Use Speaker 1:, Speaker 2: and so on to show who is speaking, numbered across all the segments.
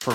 Speaker 1: For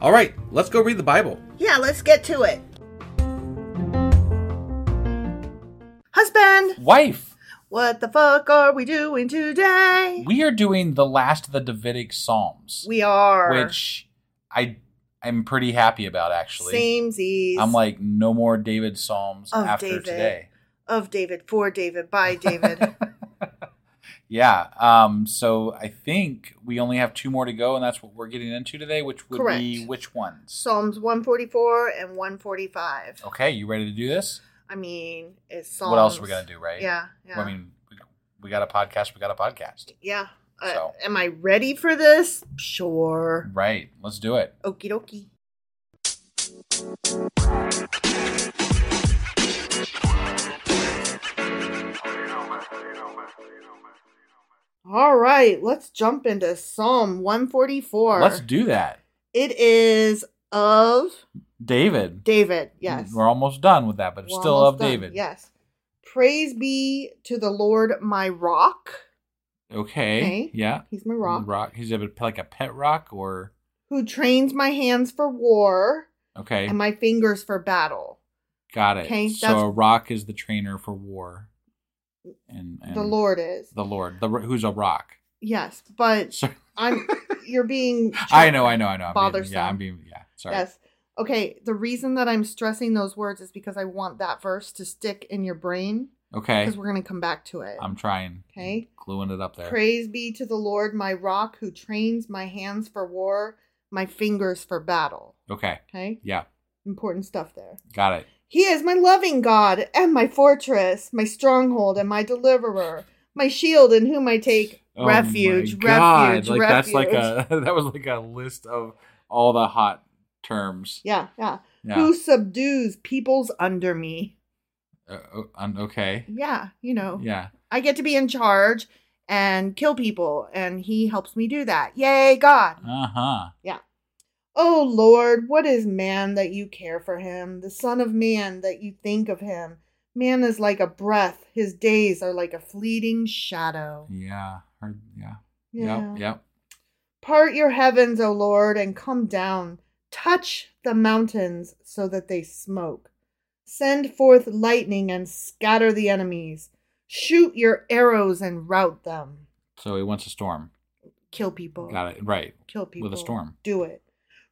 Speaker 2: All right, let's go read the Bible.
Speaker 3: Yeah, let's get to it. Husband,
Speaker 4: Wife!
Speaker 3: what the fuck are we doing today?
Speaker 4: We are doing the last of the Davidic Psalms.
Speaker 3: We are.
Speaker 4: Which I I'm pretty happy about actually.
Speaker 3: Samesies.
Speaker 4: I'm like no more David Psalms
Speaker 3: Oh,
Speaker 4: after
Speaker 3: David.
Speaker 4: today.
Speaker 3: Of David, for David, by David.
Speaker 4: Yeah. Um so I think we only have two more to go and that's what we're getting into today, which would be
Speaker 3: Correct.
Speaker 4: which ones?
Speaker 3: Psalms 144 and 145.
Speaker 4: Okay, you ready to do this?
Speaker 3: I mean, it's Psalms.
Speaker 4: Oh. What else are we gonna do, right?
Speaker 3: Yeah. yeah.
Speaker 4: I mean we- we got a podcast, we got a podcast.
Speaker 3: yeah. Uh,
Speaker 4: So.
Speaker 3: Am I ready for this? Sure.
Speaker 4: Right. Let's do it.
Speaker 3: Okie dokie. All right, let's jump into Psalm 144.
Speaker 4: Let's do that.
Speaker 3: It is of
Speaker 4: David.
Speaker 3: David. Yes.
Speaker 4: Mm, We're almost done with that, but it's
Speaker 3: We're
Speaker 4: still
Speaker 3: almost
Speaker 4: of
Speaker 3: done.
Speaker 4: David.
Speaker 3: Yes. Praise be to the Lord, my rock.
Speaker 4: Okay.
Speaker 3: Okay.
Speaker 4: Yeah.
Speaker 3: He's my rock.
Speaker 4: Rock. He's a, like a pet rock or
Speaker 3: Who trains my hands for war
Speaker 4: okay.
Speaker 3: and my fingers for battle.
Speaker 4: Got it.
Speaker 3: Okay, that's-
Speaker 4: so a rock is the trainer for war, and, and
Speaker 3: the Lord is.
Speaker 4: the Lord, the who's a rock.
Speaker 3: Yes, but
Speaker 4: Sorry.
Speaker 3: I'm you're being
Speaker 4: I know, I know, I know. I'm
Speaker 3: bothersome.
Speaker 4: Being, yeah, I'm being. Yeah, sorry.
Speaker 3: Yes. Okay, the reason that I'm stressing those words is because I want that verse to stick in your brain
Speaker 4: Okay.
Speaker 3: because we're going to come back to it.
Speaker 4: I'm trying.
Speaker 3: Okay.
Speaker 4: Gluing it up there.
Speaker 3: Praise be to the Lord, my rock, who trains my hands for war, my fingers for battle.
Speaker 4: Okay.
Speaker 3: Okay?
Speaker 4: Yeah.
Speaker 3: Important stuff there.
Speaker 4: Got it.
Speaker 3: He is my loving God and my fortress, my stronghold and my deliverer, my shield in whom I take
Speaker 4: Oh my
Speaker 3: refuge,
Speaker 4: God,
Speaker 3: refuge,
Speaker 4: like
Speaker 3: refuge.
Speaker 4: that's like a that was like a list of all the hot terms.
Speaker 3: yeah, yeah,
Speaker 4: Yeah.
Speaker 3: Who subdues peoples under me?
Speaker 4: Uh, o- un- okay.
Speaker 3: Yeah, you know,
Speaker 4: Yeah.
Speaker 3: I get to be in charge and kill people, and he helps me do that. Yay, God!
Speaker 4: Uh huh.
Speaker 3: Oh Lord, what is man that you care for him, the Son of Man that you think of him? Man is like a breath, his days are like a fleeting shadow.
Speaker 4: Yeah. Heard. Yeah.
Speaker 3: Yeah.
Speaker 4: Yep. Yep.
Speaker 3: Part your heavens, O Lord, and come down. Touch the mountains so that they smoke. Send forth lightning and scatter the enemies. Shoot your arrows and rout them.
Speaker 4: So he wants a storm.
Speaker 3: Kill people.
Speaker 4: Got it. Right.
Speaker 3: kill
Speaker 4: With a
Speaker 3: people.
Speaker 4: storm.
Speaker 3: Do it.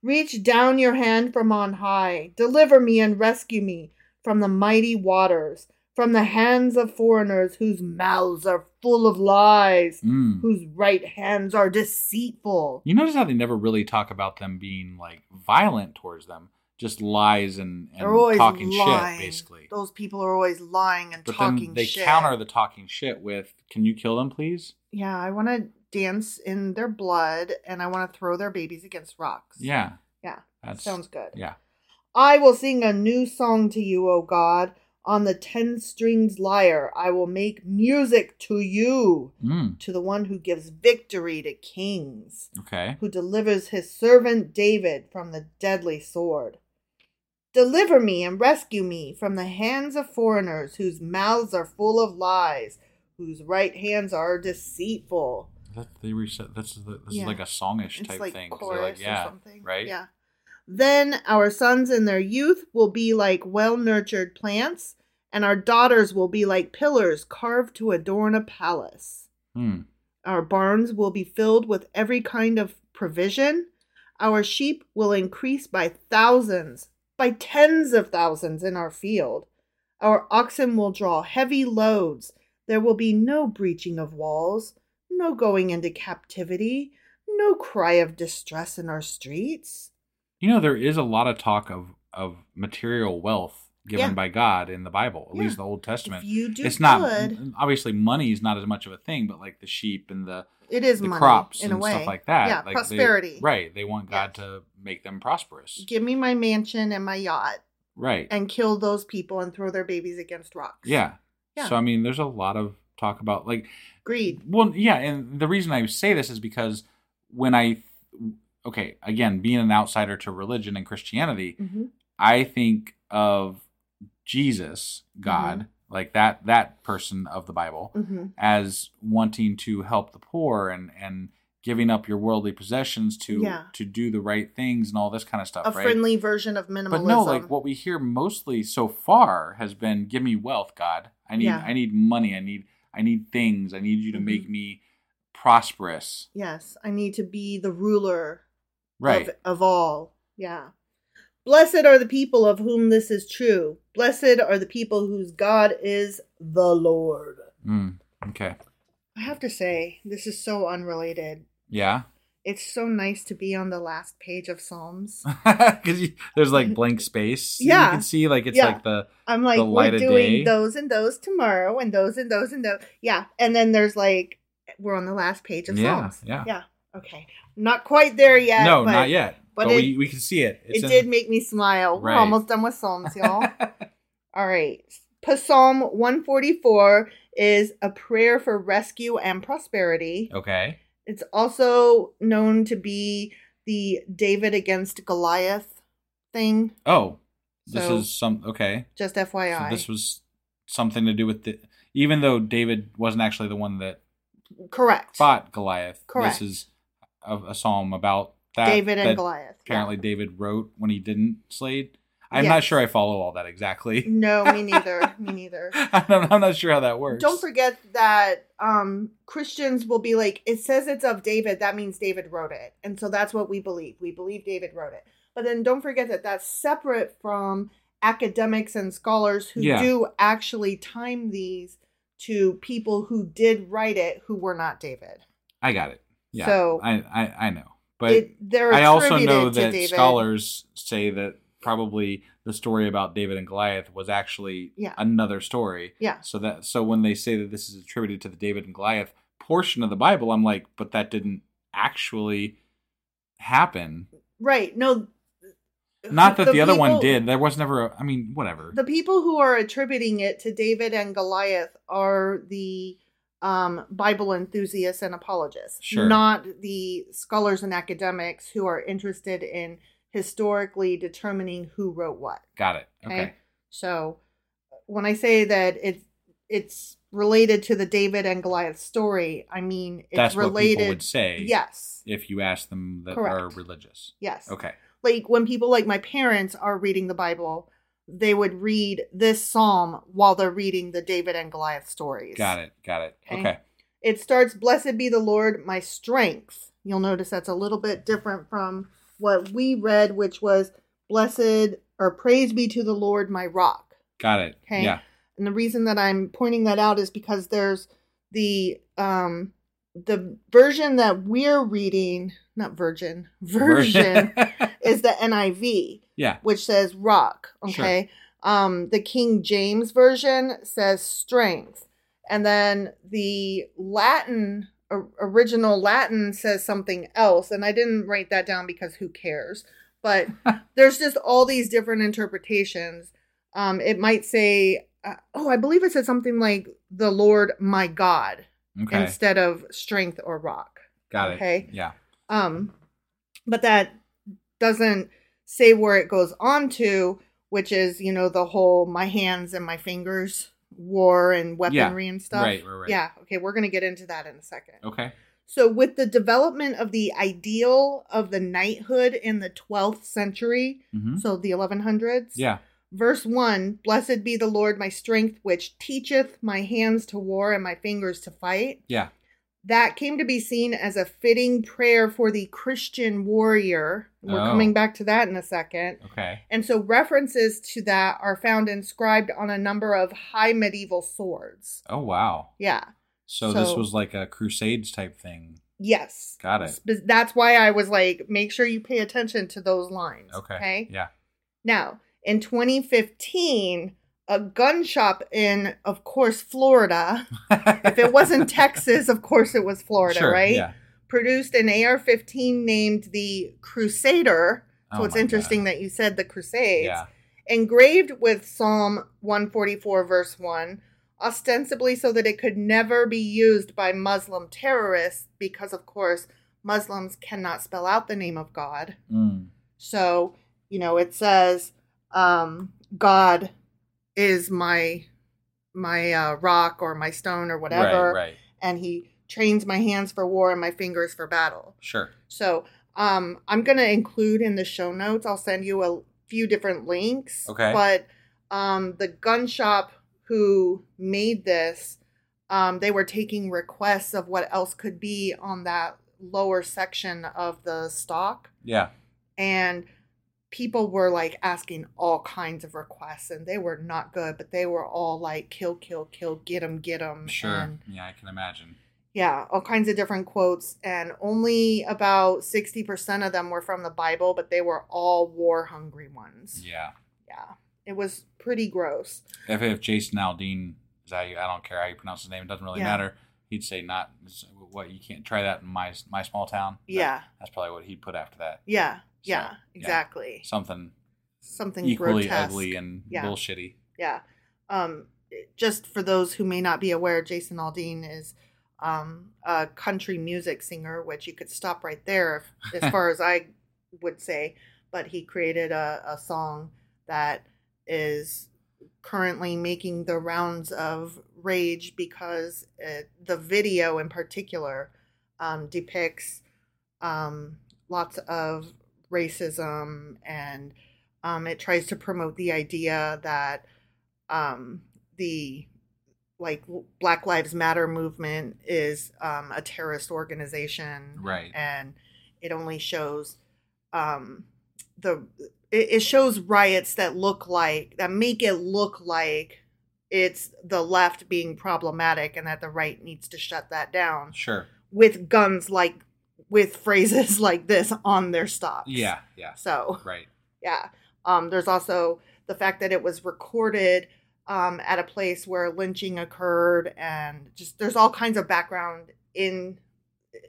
Speaker 3: Reach down your hand from on high. Deliver me and rescue me from the mighty waters, from the hands of foreigners whose mouths are full of lies,
Speaker 4: Mm.
Speaker 3: whose right hands are deceitful.
Speaker 4: You notice how they never really talk about them being like violent towards them, just lies and, and
Speaker 3: They're always
Speaker 4: talking
Speaker 3: lying.
Speaker 4: shit, basically.
Speaker 3: Those people are always lying and
Speaker 4: But
Speaker 3: talking
Speaker 4: then they
Speaker 3: shit.
Speaker 4: counter the talking shit with, "Can you kill them, please?"
Speaker 3: yeah, I want to dance in their blood and I want to throw their babies against rocks.
Speaker 4: Yeah,
Speaker 3: Yeah.
Speaker 4: that
Speaker 3: sounds good.
Speaker 4: Yeah,
Speaker 3: I will sing a new song to you, O God. On the ten strings lyre, I will make music to you,
Speaker 4: mm,
Speaker 3: to the one who gives victory to kings,
Speaker 4: okay.
Speaker 3: who delivers his servant David from the deadly sword. Deliver me and rescue me from the hands of foreigners whose mouths are full of lies, whose right hands are deceitful.
Speaker 4: That they reset. This is the, this
Speaker 3: Yeah.
Speaker 4: is like a songish
Speaker 3: It's
Speaker 4: type
Speaker 3: like
Speaker 4: thing. 'cause they're
Speaker 3: Chorus
Speaker 4: like, yeah,
Speaker 3: or something.
Speaker 4: right.
Speaker 3: Yeah. Then our sons in their youth will be like well nurtured plants, and our daughters will be like pillars carved to adorn a palace.
Speaker 4: Hmm.
Speaker 3: Our barns will be filled with every kind of provision. Our sheep will increase by thousands, by tens of thousands in our field. Our oxen will draw heavy loads. There will be no breaching of walls, no going into captivity, no cry of distress in our streets.
Speaker 4: You know, there is a lot of talk of of material wealth given
Speaker 3: Yeah.
Speaker 4: by God in the Bible, at
Speaker 3: Yeah.
Speaker 4: least the Old Testament.
Speaker 3: If you do
Speaker 4: it's not
Speaker 3: good-
Speaker 4: obviously money is not as much of a thing, but like the sheep and the
Speaker 3: It is
Speaker 4: the
Speaker 3: money
Speaker 4: crops
Speaker 3: in
Speaker 4: and
Speaker 3: a way.
Speaker 4: stuff like that.
Speaker 3: Yeah,
Speaker 4: Like, they-
Speaker 3: prosperity.
Speaker 4: right. They want God
Speaker 3: Yes.
Speaker 4: to make them prosperous.
Speaker 3: Give me my mansion and my yacht
Speaker 4: right.
Speaker 3: and kill those people and throw their babies against rocks.
Speaker 4: yeah.
Speaker 3: Yeah.
Speaker 4: So I mean, there's a lot of talk about like,
Speaker 3: Greed.
Speaker 4: well, yeah, and the reason I say this is because when I, okay, again, being an outsider to religion and Christianity,
Speaker 3: Mhm.
Speaker 4: I think of Jesus,
Speaker 3: Mm-hmm.
Speaker 4: God, like that that person of the Bible,
Speaker 3: Mhm.
Speaker 4: as wanting to help the poor and and giving up your worldly possessions to
Speaker 3: Yeah.
Speaker 4: to do the right things and all this kind of stuff,
Speaker 3: A
Speaker 4: right?
Speaker 3: friendly version of minimalism.
Speaker 4: but no, like what we hear mostly so far has been, "Give me wealth, God. I need
Speaker 3: Yeah. Mm-hmm.
Speaker 4: I need money. I need I need things. I need you to make me prosperous."
Speaker 3: Yes, I need to be the ruler
Speaker 4: Right.
Speaker 3: of, of all. Yeah. Blessed are the people of whom this is true. Blessed are the people whose God is the Lord.
Speaker 4: Mm, okay.
Speaker 3: I have to say, this is so unrelated.
Speaker 4: Yeah.
Speaker 3: It's so nice to be on the last page of Psalms.
Speaker 4: Because there's like blank space. You
Speaker 3: Mm-hmm. Yeah.
Speaker 4: can see like it's
Speaker 3: Yeah.
Speaker 4: like the
Speaker 3: I'm like,
Speaker 4: the light
Speaker 3: we're
Speaker 4: of
Speaker 3: doing
Speaker 4: day.
Speaker 3: those and those tomorrow, and those and those and those. Yeah, and then there's like, we're on the last page of
Speaker 4: Yeah,
Speaker 3: Psalms.
Speaker 4: yeah.
Speaker 3: yeah. Okay, not quite there yet.
Speaker 4: no,
Speaker 3: but
Speaker 4: not yet.
Speaker 3: but
Speaker 4: But,
Speaker 3: it-
Speaker 4: we, we can see it.
Speaker 3: It
Speaker 4: in-
Speaker 3: did make me smile.
Speaker 4: Right.
Speaker 3: We're almost done with Psalms, y'all. All right. Psalm 144 is a prayer for rescue and prosperity.
Speaker 4: okay.
Speaker 3: It's also known to be the David against Goliath thing.
Speaker 4: Oh, this
Speaker 3: So-
Speaker 4: is some okay.
Speaker 3: Just
Speaker 4: So
Speaker 3: FYI.
Speaker 4: this was something to do with the even though David wasn't actually the one that
Speaker 3: Correct.
Speaker 4: fought Goliath.
Speaker 3: Correct.
Speaker 4: This is a, a psalm about that
Speaker 3: David and
Speaker 4: that
Speaker 3: Goliath. yeah.
Speaker 4: Apparently, David wrote when he didn't slay. I'm
Speaker 3: Yes.
Speaker 4: not sure I follow all that exactly.
Speaker 3: No, me neither. me neither.
Speaker 4: I'm, I'm not sure how that works.
Speaker 3: Don't forget that um Christians will be like, it says it's of David. That means David wrote it, and so that's what we believe. We believe David wrote it. But then don't forget that that's separate from academics and scholars who
Speaker 4: Yeah.
Speaker 3: do actually time these to people who did write it who were not David.
Speaker 4: I got it. Yeah.
Speaker 3: So-
Speaker 4: I I, I know. But
Speaker 3: It- they're
Speaker 4: I also
Speaker 3: attributed
Speaker 4: know
Speaker 3: to
Speaker 4: that
Speaker 3: David.
Speaker 4: scholars say that probably the story about David and Goliath was actually
Speaker 3: Yeah.
Speaker 4: another story.
Speaker 3: Yeah.
Speaker 4: So that so when they say that this is attributed to the David and Goliath portion of the Bible, I'm like, but that didn't actually happen.
Speaker 3: Right. No.
Speaker 4: Not that the, other one
Speaker 3: people-
Speaker 4: did. There was never. A, I mean, whatever.
Speaker 3: The people who are attributing it to David and Goliath are the um, Bible enthusiasts and apologists,
Speaker 4: Sure.
Speaker 3: not the scholars and academics who are interested in historically determining who wrote what.
Speaker 4: Got it. Okay.
Speaker 3: Okay. So uh, when I say that it it's related to the David and Goliath story, I mean it's
Speaker 4: That's what
Speaker 3: related.
Speaker 4: people would say.
Speaker 3: Yes.
Speaker 4: If you ask them that are
Speaker 3: Correct.
Speaker 4: religious.
Speaker 3: Yes.
Speaker 4: Okay.
Speaker 3: Like when people like my parents are reading the Bible, they would read this psalm while they're reading the David and Goliath stories.
Speaker 4: Got it. Got it.
Speaker 3: Okay.
Speaker 4: okay.
Speaker 3: It starts, Blessed be the Lord, my strength. You'll notice that's a little bit different from what we read, which was, Blessed or praise be to the Lord, my rock.
Speaker 4: Got it.
Speaker 3: Okay.
Speaker 4: Yeah.
Speaker 3: And the reason that I'm pointing that out is because there's the um the version that we're reading, not virgin, version is the NIV,
Speaker 4: yeah.
Speaker 3: which says rock,
Speaker 4: Sure.
Speaker 3: okay? Um the King James version says strength. And then the Latin or- original Latin says something else, and I didn't write that down because who cares? But there's just all these different interpretations. Um, it might say, uh, oh, I believe it said something like the Lord my God
Speaker 4: Okay.
Speaker 3: instead of strength or rock.
Speaker 4: Got it.
Speaker 3: okay.
Speaker 4: Yeah.
Speaker 3: Um, but that doesn't say where it goes on to, which is, you know, the whole my hands and my fingers war and weaponry and stuff.
Speaker 4: Right, right, right. Oh.
Speaker 3: Yeah. Okay. We're going to get into that in a second.
Speaker 4: Okay.
Speaker 3: So, with the development of the ideal of the knighthood in the 12th century,
Speaker 4: Mhm.
Speaker 3: so the 1100s,
Speaker 4: Yeah.
Speaker 3: verse 1 Blessed be the Lord, my strength, which teacheth my hands to war and my fingers to fight.
Speaker 4: Yeah.
Speaker 3: That came to be seen as a fitting prayer for the Christian warrior. We're
Speaker 4: Oh.
Speaker 3: coming back to that in a second.
Speaker 4: Okay.
Speaker 3: And so, references to that are found inscribed on a number of high medieval swords.
Speaker 4: Oh wow.
Speaker 3: Yeah.
Speaker 4: So, this
Speaker 3: So-
Speaker 4: was like a crusades type thing.
Speaker 3: Yes.
Speaker 4: Got it.
Speaker 3: Sp- That's why I was like, make sure you pay attention to those lines.
Speaker 4: Okay.
Speaker 3: Okay.
Speaker 4: Yeah.
Speaker 3: Now, in 2015, a gun shop in, of course, Florida, if it wasn't Texas, of course it was Florida,
Speaker 4: Sure,
Speaker 3: right?
Speaker 4: Yeah.
Speaker 3: Produced an AR 15 named the Crusader. So
Speaker 4: Oh
Speaker 3: it's
Speaker 4: my
Speaker 3: interesting
Speaker 4: God.
Speaker 3: that you said the Crusades.
Speaker 4: Yeah.
Speaker 3: Engraved with Psalm 144, verse 1, ostensibly so that it could never be used by Muslim terrorists, because, of course, Muslims cannot spell out the name of God.
Speaker 4: Mm.
Speaker 3: So, you know, it says, um, God is my my uh, rock or my stone or whatever,
Speaker 4: Right. Right.
Speaker 3: and He trains my hands for war and my fingers for battle.
Speaker 4: Sure.
Speaker 3: So, um, I'm gonna include in the show notes. I'll send you a few different links.
Speaker 4: Okay.
Speaker 3: But um, the gun shop who made this, um, they were taking requests of what else could be on that lower section of the stock
Speaker 4: Yeah.
Speaker 3: and people were like asking all kinds of requests and they were not good but they were all like kill kill kill get 'em, get 'em,
Speaker 4: Sure.
Speaker 3: and
Speaker 4: yeah, I can imagine.
Speaker 3: yeah all kinds of different quotes and only about 60% of them were from the bible but they were all war hungry ones
Speaker 4: Yeah.
Speaker 3: yeah it was pretty gross
Speaker 4: If if Jason Aldean is how you, I don't care how you pronounce his name. It doesn't really
Speaker 3: Yeah.
Speaker 4: matter. He'd say not. What you can't try that in my my small town. That-
Speaker 3: Yeah.
Speaker 4: That's probably what he'd put after that.
Speaker 3: yeah yeah
Speaker 4: So, yeah.
Speaker 3: exactly
Speaker 4: Something
Speaker 3: something
Speaker 4: equally
Speaker 3: grotesque.
Speaker 4: ugly and
Speaker 3: Yeah.
Speaker 4: bullshitty.
Speaker 3: Yeah. Um, just for those who may not be aware, Jason Aldean is um, a country music singer, which you could stop right there, if, as far as I would say. But he created a, a song that is currently making the rounds of rage because it, the video in particular um, depicts um, lots of racism and um, it tries to promote the idea that um, the like Black Lives Matter movement is um, a terrorist organization,
Speaker 4: Right.
Speaker 3: And it only shows um, the it, it shows riots that look like that make it look like it's the left being problematic and that the right needs to shut that down
Speaker 4: Sure.
Speaker 3: with guns like with phrases like this on their stocks.
Speaker 4: Yeah, yeah.
Speaker 3: So
Speaker 4: Right.
Speaker 3: yeah. Um, there's also the fact that it was recorded um, at a place where lynching occurred, and just there's all kinds of background in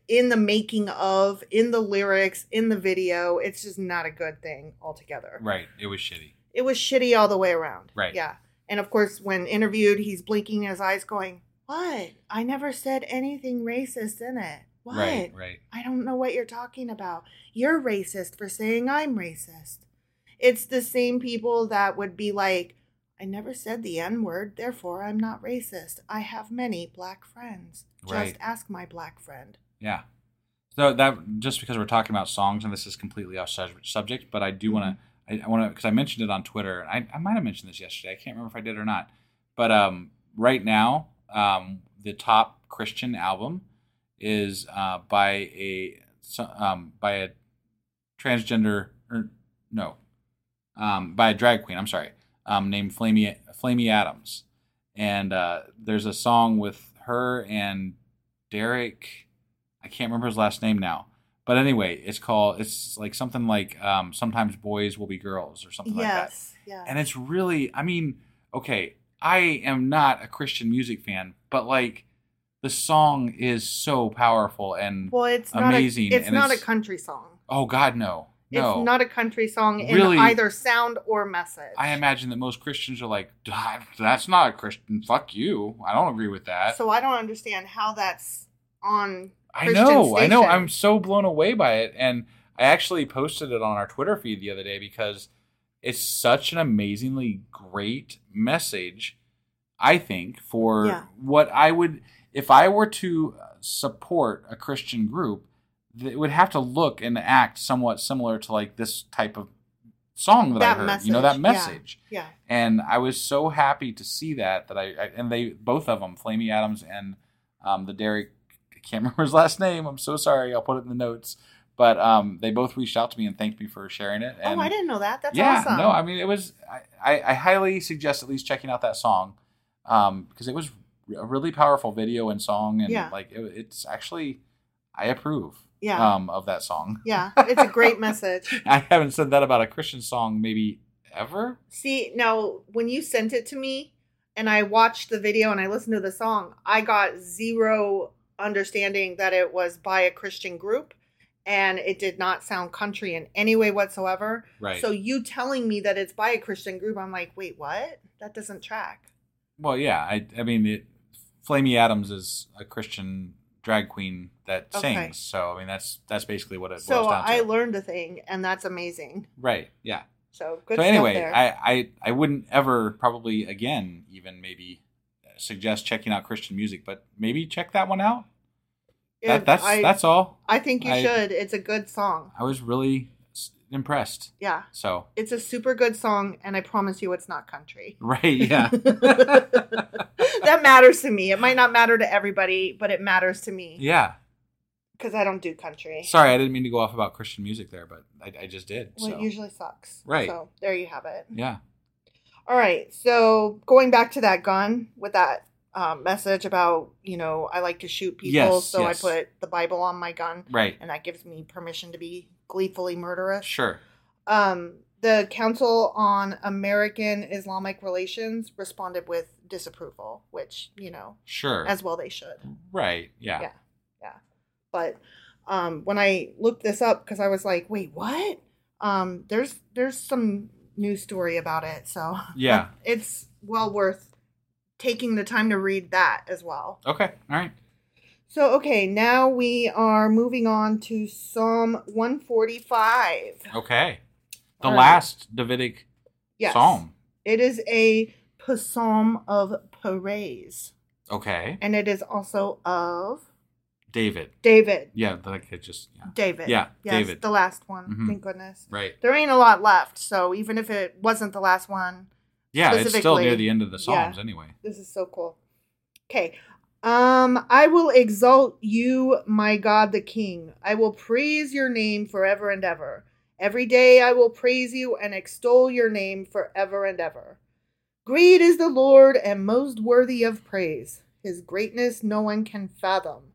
Speaker 3: in the making of, in the lyrics, in the video. It's just not a good thing altogether.
Speaker 4: Right. It was shitty.
Speaker 3: It was shitty all the way around.
Speaker 4: Right.
Speaker 3: Yeah. And of course, when interviewed, he's blinking his eyes, going, "What? I never said anything racist in it. What?
Speaker 4: Right, right.
Speaker 3: I don't know what you're talking about. You're racist for saying I'm racist. It's the same people that would be like, I never said the N word, therefore I'm not racist. I have many black friends. Just
Speaker 4: Right.
Speaker 3: ask my black friend.
Speaker 4: Yeah. So that just because we're talking about songs and this is completely off sub- subject, but I do want to
Speaker 3: Mm-hmm.
Speaker 4: I, I want to because I mentioned it on Twitter. I I might have mentioned this yesterday. I can't remember if I did or not. But um, right now, um, the top Christian album is uh, by a so- um, by a transgender or no um, by a drag queen. I'm sorry, um, named Flamey Flamey Adams, and uh, there's a song with her and Derek. I can't remember his last name now. But anyway, it's called it's like something like um, sometimes boys will be girls or something like that.
Speaker 3: yes. yeah.
Speaker 4: And it's really I mean, okay, I am not a Christian music fan, but like the song is so powerful and
Speaker 3: well, it's
Speaker 4: amazing.
Speaker 3: Not a, it's
Speaker 4: and
Speaker 3: not a country song.
Speaker 4: Oh God, no, no.
Speaker 3: It's not a country song in
Speaker 4: Really-
Speaker 3: either sound or message.
Speaker 4: I imagine that most Christians are like, "Duh, that's not a Christian. Fuck you. I don't agree with that.
Speaker 3: So I don't understand how that's on.
Speaker 4: I
Speaker 3: Christian
Speaker 4: know, I know.
Speaker 3: station.
Speaker 4: I'm so blown away by it, and I actually posted it on our Twitter feed the other day because it's such an amazingly great message. I think for
Speaker 3: Yeah.
Speaker 4: what I would, if I were to support a Christian group, th- it would have to look and act somewhat similar to like this type of song that, I heard. You know that
Speaker 3: yeah,
Speaker 4: message
Speaker 3: Yeah.
Speaker 4: and I was so happy to see that that I, I and they both of them, Flamey Adams and um, the Derek, I can't remember his last name. I'm so sorry. I'll put it in the notes. But um, they both reached out to me and thanked me for sharing it. And
Speaker 3: oh, I didn't know that. That's
Speaker 4: yeah,
Speaker 3: awesome.
Speaker 4: no, I mean it was. I, I, I highly suggest at least checking out that song um, because it was a really powerful video and song, and
Speaker 3: Yeah.
Speaker 4: like it, it's actually I approve
Speaker 3: Yeah.
Speaker 4: um, of that song.
Speaker 3: yeah, it's a great message.
Speaker 4: I haven't said that about a Christian song maybe ever.
Speaker 3: See, now when you sent it to me and I watched the video and I listened to the song, I got zero understanding that it was by a Christian group and it did not sound country in any way whatsoever.
Speaker 4: Right.
Speaker 3: So you telling me that it's by a Christian group, I'm like, wait, what? That doesn't track.
Speaker 4: Well, yeah. I I mean, it, Flamey Adams is a Christian drag queen that
Speaker 3: Okay.
Speaker 4: sings. So I mean, that's that's basically what it
Speaker 3: So
Speaker 4: boils down to.
Speaker 3: I learned a thing and that's amazing.
Speaker 4: right. Yeah.
Speaker 3: So good
Speaker 4: so
Speaker 3: stuff
Speaker 4: anyway,
Speaker 3: there.
Speaker 4: I, I I wouldn't ever probably again even maybe suggest checking out Christian music, but maybe check that one out.
Speaker 3: It-
Speaker 4: that, that's
Speaker 3: I,
Speaker 4: that's all.
Speaker 3: I think you
Speaker 4: I-
Speaker 3: should. It's a good song.
Speaker 4: I was really s- impressed.
Speaker 3: Yeah.
Speaker 4: So
Speaker 3: It's a super good song, and I promise you it's not country.
Speaker 4: right. Yeah.
Speaker 3: that matters to me. It might not matter to everybody, but it matters to me
Speaker 4: yeah.
Speaker 3: because I don't do country.
Speaker 4: Sorry, I didn't mean to go off about Christian music there, but I, I just did.
Speaker 3: Well,
Speaker 4: so.
Speaker 3: it usually sucks.
Speaker 4: Right.
Speaker 3: So there you have it.
Speaker 4: yeah.
Speaker 3: All right. So going back to that gun with that um, message about, you know, I like to shoot people,
Speaker 4: Yes,
Speaker 3: so
Speaker 4: yes.
Speaker 3: I put the Bible on my gun,
Speaker 4: Right.
Speaker 3: and that gives me permission to be gleefully murderous.
Speaker 4: Sure.
Speaker 3: um, the Council on American Islamic Relations responded with disapproval, which you know,
Speaker 4: Sure.
Speaker 3: as well they should.
Speaker 4: Right. Yeah.
Speaker 3: Yeah, yeah. But um, when I looked this up, because I was like, wait, what? Um, there's there's some news story about it, so
Speaker 4: Yeah.
Speaker 3: it's well worth taking the time to read that as well.
Speaker 4: Okay. All right.
Speaker 3: So okay, now we are moving on to Psalm 145.
Speaker 4: Okay. The
Speaker 3: All right.
Speaker 4: last Davidic
Speaker 3: Um, Yes.
Speaker 4: psalm.
Speaker 3: It is a psalm of praise,
Speaker 4: Okay.
Speaker 3: and it is also of
Speaker 4: David.
Speaker 3: David.
Speaker 4: Yeah. That I could just. Yeah.
Speaker 3: David.
Speaker 4: Yeah,
Speaker 3: yes,
Speaker 4: David.
Speaker 3: The last one.
Speaker 4: Mhm.
Speaker 3: Thank goodness.
Speaker 4: Right.
Speaker 3: There ain't a lot left, so even if it wasn't the last one,
Speaker 4: Yeah. It's still near
Speaker 3: Specifically,
Speaker 4: the end of the Psalms
Speaker 3: yeah.
Speaker 4: anyway.
Speaker 3: this is so cool. Okay. Um, I will exalt you, my God the King. I will praise your name forever and ever. Every day I will praise you and extol your name forever and ever. Great is the Lord and most worthy of praise. His greatness no one can fathom.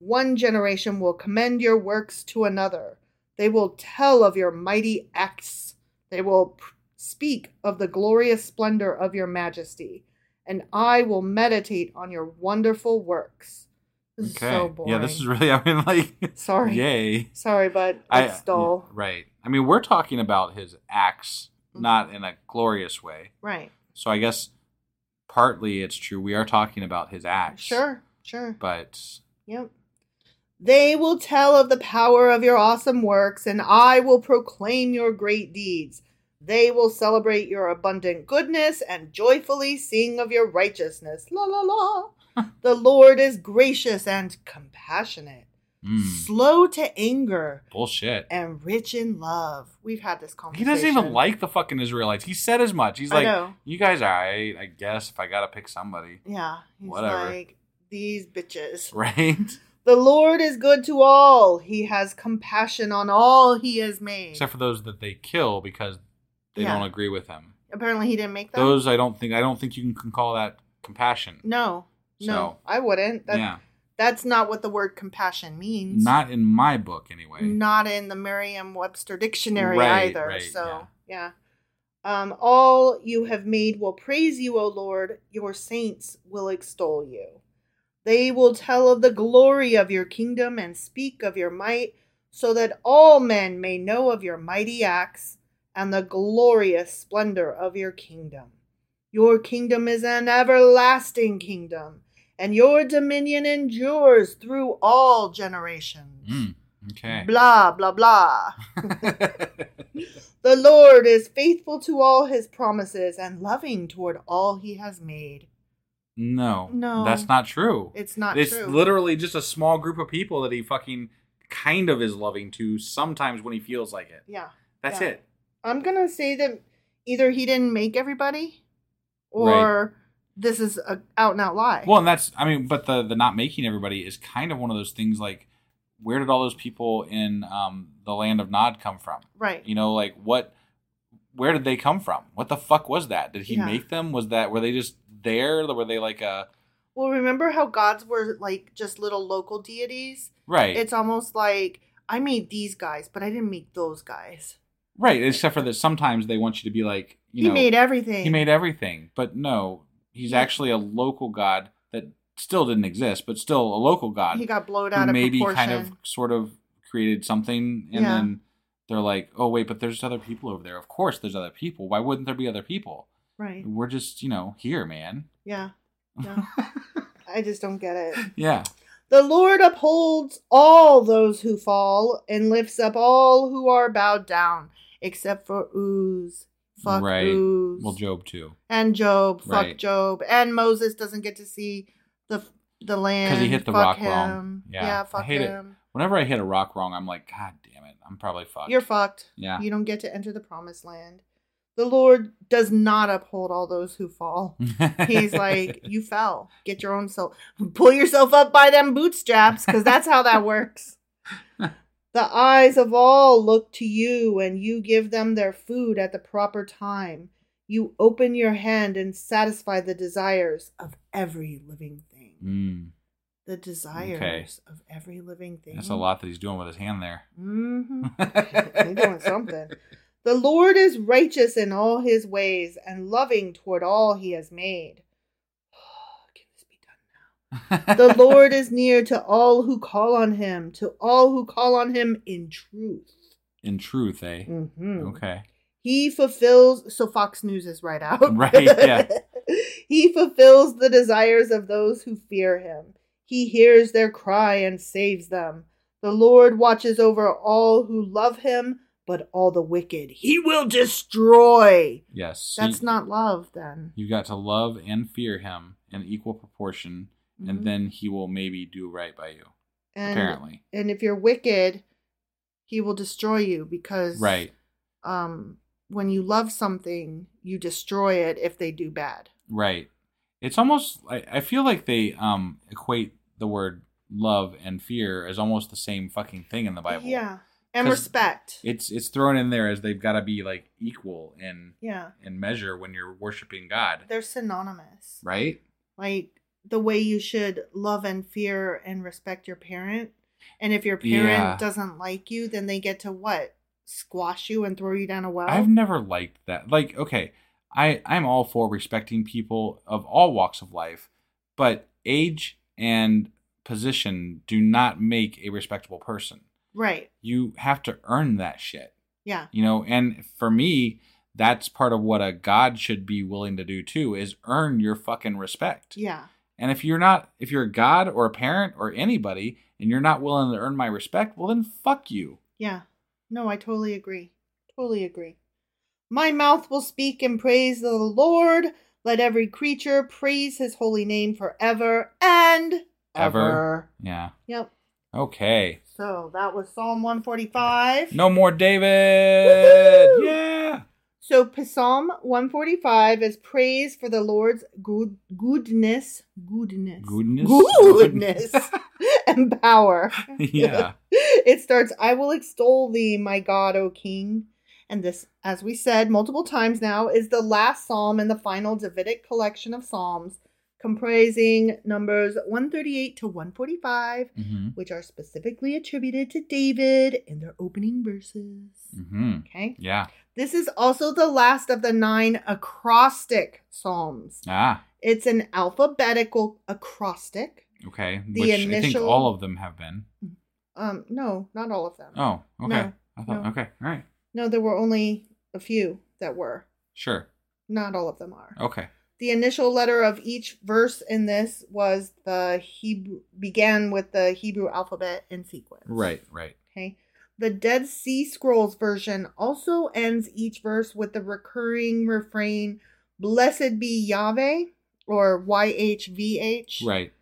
Speaker 3: One generation will commend your works to another. They will tell of your mighty acts. They will p- speak of the glorious splendor of your majesty. And I will meditate on your wonderful works. This
Speaker 4: Okay.
Speaker 3: is so boring.
Speaker 4: Yeah, this is really. I mean, like,
Speaker 3: Sorry.
Speaker 4: yay.
Speaker 3: Sorry, but
Speaker 4: I- uh,
Speaker 3: that's dull. Mm-hmm.
Speaker 4: yeah, right. I mean, we're talking about his acts, not in a glorious way.
Speaker 3: Right.
Speaker 4: So I guess partly it's true. We are talking about his acts.
Speaker 3: Sure. Sure.
Speaker 4: But
Speaker 3: Yep. They will tell of the power of your awesome works, and I will proclaim your great deeds. They will celebrate your abundant goodness and joyfully sing of your righteousness. La la la. the Lord is gracious and compassionate,
Speaker 4: mm,
Speaker 3: slow to anger,
Speaker 4: bullshit.
Speaker 3: and rich in love. We've had this
Speaker 4: He
Speaker 3: conversation.
Speaker 4: doesn't even like the fucking Israelites. He said as much. He's
Speaker 3: I
Speaker 4: like,
Speaker 3: know.
Speaker 4: you guys are right. I guess if I gotta pick somebody,
Speaker 3: Yeah. He's
Speaker 4: Whatever.
Speaker 3: like, these bitches.
Speaker 4: right?
Speaker 3: The Lord is good to all. He has compassion on all he has made.
Speaker 4: Except for those that they kill because they
Speaker 3: Yeah.
Speaker 4: don't agree with him.
Speaker 3: Apparently, he didn't make that.
Speaker 4: Those I don't think. I don't think you can- can call that compassion.
Speaker 3: No, no,
Speaker 4: So-
Speaker 3: I wouldn't. That,
Speaker 4: yeah,
Speaker 3: That's not what the word compassion means.
Speaker 4: not in my book anyway.
Speaker 3: Not in the Merriam-Webster dictionary
Speaker 4: Right,
Speaker 3: either.
Speaker 4: right,
Speaker 3: so yeah. Um, all you have made will praise you, O Lord. Your saints will extol you. They will tell of the glory of your kingdom and speak of your might, so that all men may know of your mighty acts and the glorious splendor of your kingdom. Your kingdom is an everlasting kingdom, and your dominion endures through all generations.
Speaker 4: Mm, okay.
Speaker 3: Blah, blah, blah. The Lord is faithful to all his promises and loving toward all he has made.
Speaker 4: no,
Speaker 3: No.
Speaker 4: that's not true.
Speaker 3: It's not
Speaker 4: It's
Speaker 3: true.
Speaker 4: literally just a small group of people that he fucking kind of is loving to sometimes when he feels like it.
Speaker 3: yeah.
Speaker 4: That's
Speaker 3: Yeah.
Speaker 4: it.
Speaker 3: I'm going to say that either he didn't make everybody or this is a out and out lie.
Speaker 4: Well, and that's I mean, but the the not making everybody is kind of one of those things like where did all those people in um, the land of Nod come from?
Speaker 3: right.
Speaker 4: You know, like what where did they come from? What the fuck was that? Did he
Speaker 3: Yeah.
Speaker 4: make them? Was that were they just there? Were they like a
Speaker 3: well, remember how gods were like just little local deities?
Speaker 4: right?
Speaker 3: It's almost like I made these guys, but I didn't make those guys.
Speaker 4: right, except for that sometimes they want you to be like, you
Speaker 3: he
Speaker 4: know,
Speaker 3: made everything.
Speaker 4: he made everything. But no, he's actually a local god that still didn't exist, but still a local god.
Speaker 3: He got blown
Speaker 4: who
Speaker 3: out of
Speaker 4: maybe
Speaker 3: proportion.
Speaker 4: kind of sort of created something and
Speaker 3: Yeah.
Speaker 4: then they're like oh wait but there's other people over there of course there's other people why wouldn't there be other people
Speaker 3: right.
Speaker 4: we're just you know here man
Speaker 3: Yeah. yeah. I just don't get it.
Speaker 4: yeah
Speaker 3: The Lord upholds all those who fall and lifts up all who are bowed down, except for Ooz. Fuck
Speaker 4: right
Speaker 3: Ooz.
Speaker 4: well job too
Speaker 3: and Job. Fuck
Speaker 4: Right.
Speaker 3: Job. And Moses doesn't get to see the the land.
Speaker 4: because he hit the
Speaker 3: fuck
Speaker 4: rock
Speaker 3: him.
Speaker 4: wrong yeah,
Speaker 3: fuck
Speaker 4: I hate
Speaker 3: him.
Speaker 4: it whenever i hit a rock wrong i'm like god damn it i'm probably fucked
Speaker 3: You're fucked.
Speaker 4: Yeah.
Speaker 3: You don't get to enter the promised land. The Lord does not uphold all those who fall. He's like, you fell. Get your own self. Pull yourself up by them bootstraps because that's how that works. The eyes of all look to you, and you give them their food at the proper time. You open your hand and satisfy the desires of every living thing.
Speaker 4: mm,
Speaker 3: The desires of every living thing.
Speaker 4: that's a lot that he's doing with his hand there
Speaker 3: hmm He's doing something. The Lord is righteous in all his ways and loving toward all he has made. Can this be done now? the Lord is near to all who call on him, to all who call on him in truth.
Speaker 4: in truth eh
Speaker 3: Mhm.
Speaker 4: okay
Speaker 3: He fulfills, so Fox News is right out.
Speaker 4: Right, yeah.
Speaker 3: he fulfills the desires of those who fear him. He hears their cry and saves them. The Lord watches over all who love him, but all the wicked he will destroy.
Speaker 4: yes So
Speaker 3: That's
Speaker 4: you-
Speaker 3: not love, then.
Speaker 4: you got to love and fear him in equal proportion
Speaker 3: Mhm.
Speaker 4: and then he will maybe do right by you
Speaker 3: And,
Speaker 4: apparently.
Speaker 3: And if you're wicked, he will destroy you because
Speaker 4: Right,
Speaker 3: um, when you love something, you destroy it if they do bad.
Speaker 4: right. It's almost I, I feel like they um equate the word love and fear as almost the same fucking thing in the Bible.
Speaker 3: Yeah. And
Speaker 4: 'Cause
Speaker 3: respect.
Speaker 4: It's it's thrown in there as they've got to be like equal in
Speaker 3: yeah.
Speaker 4: in measure when you're worshiping God,
Speaker 3: They're synonymous.
Speaker 4: right?
Speaker 3: Like the way you should love and fear and respect your parent. And if your parent
Speaker 4: Yeah.
Speaker 3: doesn't like you, then they get to what? Squash you and throw you down a well?
Speaker 4: I've never liked that. Like, okay, I I'm all for respecting people of all walks of life, but age and position do not make a respectable person.
Speaker 3: right.
Speaker 4: You have to earn that shit,
Speaker 3: Yeah.
Speaker 4: you know. And for me, that's part of what a god should be willing to do too is earn your fucking respect.
Speaker 3: Yeah.
Speaker 4: And if you're not, if you're a god or a parent or anybody, and you're not willing to earn my respect, well then fuck you.
Speaker 3: Yeah. No, I totally agree. Totally agree. My mouth will speak in praise of the Lord. Let every creature praise his holy name forever and
Speaker 4: Ever. Yeah.
Speaker 3: Yep.
Speaker 4: Okay.
Speaker 3: So that was Psalm 145.
Speaker 4: No more David.
Speaker 3: Woohoo!
Speaker 4: Yeah.
Speaker 3: So Psalm 145 is praise for the Lord's good goodness, goodness,
Speaker 4: Goodness?
Speaker 3: goodness, and power.
Speaker 4: Yeah.
Speaker 3: it starts, I will extol thee, my God, O King. And this, as we said multiple times now, is the last psalm in the final Davidic collection of psalms, comprising numbers 138 to 145,
Speaker 4: Mm-hmm.
Speaker 3: which are specifically attributed to David in their opening verses.
Speaker 4: Mm-hmm.
Speaker 3: Okay.
Speaker 4: Yeah.
Speaker 3: This is also the last of the nine acrostic psalms.
Speaker 4: Ah.
Speaker 3: It's an alphabetical acrostic.
Speaker 4: Okay.
Speaker 3: The
Speaker 4: Which I think
Speaker 3: initial-
Speaker 4: all of them have been.
Speaker 3: Um, no, not all of them.
Speaker 4: Oh. Okay.
Speaker 3: No,
Speaker 4: I thought.
Speaker 3: no.
Speaker 4: Okay. All right.
Speaker 3: No, there were only a few that were.
Speaker 4: Sure.
Speaker 3: Not all of them are.
Speaker 4: Okay.
Speaker 3: The initial letter of each verse in this was the Hebrew began with the Hebrew alphabet in sequence.
Speaker 4: Right. Right.
Speaker 3: Okay. The Dead Sea Scrolls version also ends each verse with the recurring refrain, Blessed be Yahweh, or YHVH,
Speaker 4: Right.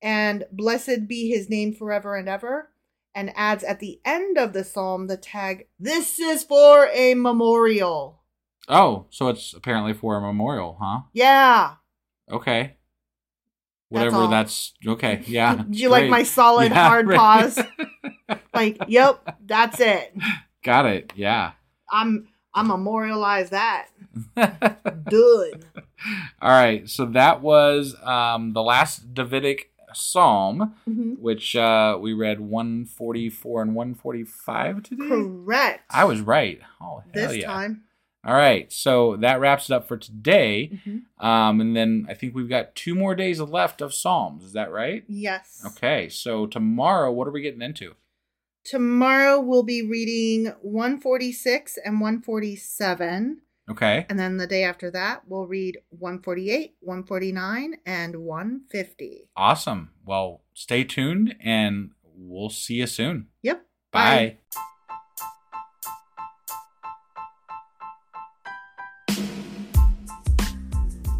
Speaker 3: and Blessed be his name forever and ever, and adds at the end of the psalm the tag, This is for a memorial.
Speaker 4: Oh, so it's apparently for a memorial, huh?
Speaker 3: Yeah.
Speaker 4: Okay.
Speaker 3: That's
Speaker 4: Whatever
Speaker 3: all.
Speaker 4: that's, okay. Yeah.
Speaker 3: Do you like
Speaker 4: Great.
Speaker 3: my solid
Speaker 4: Yeah,
Speaker 3: hard
Speaker 4: right.
Speaker 3: pause? Like, yep, that's it.
Speaker 4: Got it. Yeah.
Speaker 3: I'm I'm memorialize that. Done.
Speaker 4: All right, so that was um, the last Davidic psalm,
Speaker 3: Mhm.
Speaker 4: which uh, we read 144 and 145 today.
Speaker 3: Correct.
Speaker 4: I was right. Oh, hell
Speaker 3: this
Speaker 4: yeah.
Speaker 3: time.
Speaker 4: All right, so that wraps it up for today.
Speaker 3: Mhm.
Speaker 4: Um, and then I think we've got two more days left of psalms. Is that right?
Speaker 3: Yes.
Speaker 4: Okay, so tomorrow, what are we getting into?
Speaker 3: Tomorrow we'll be reading 146 and 147.
Speaker 4: Okay.
Speaker 3: And then the day after that, we'll read 148, 149, and 150.
Speaker 4: Awesome. Well, stay tuned and we'll see you soon.
Speaker 3: Yep.
Speaker 4: Bye.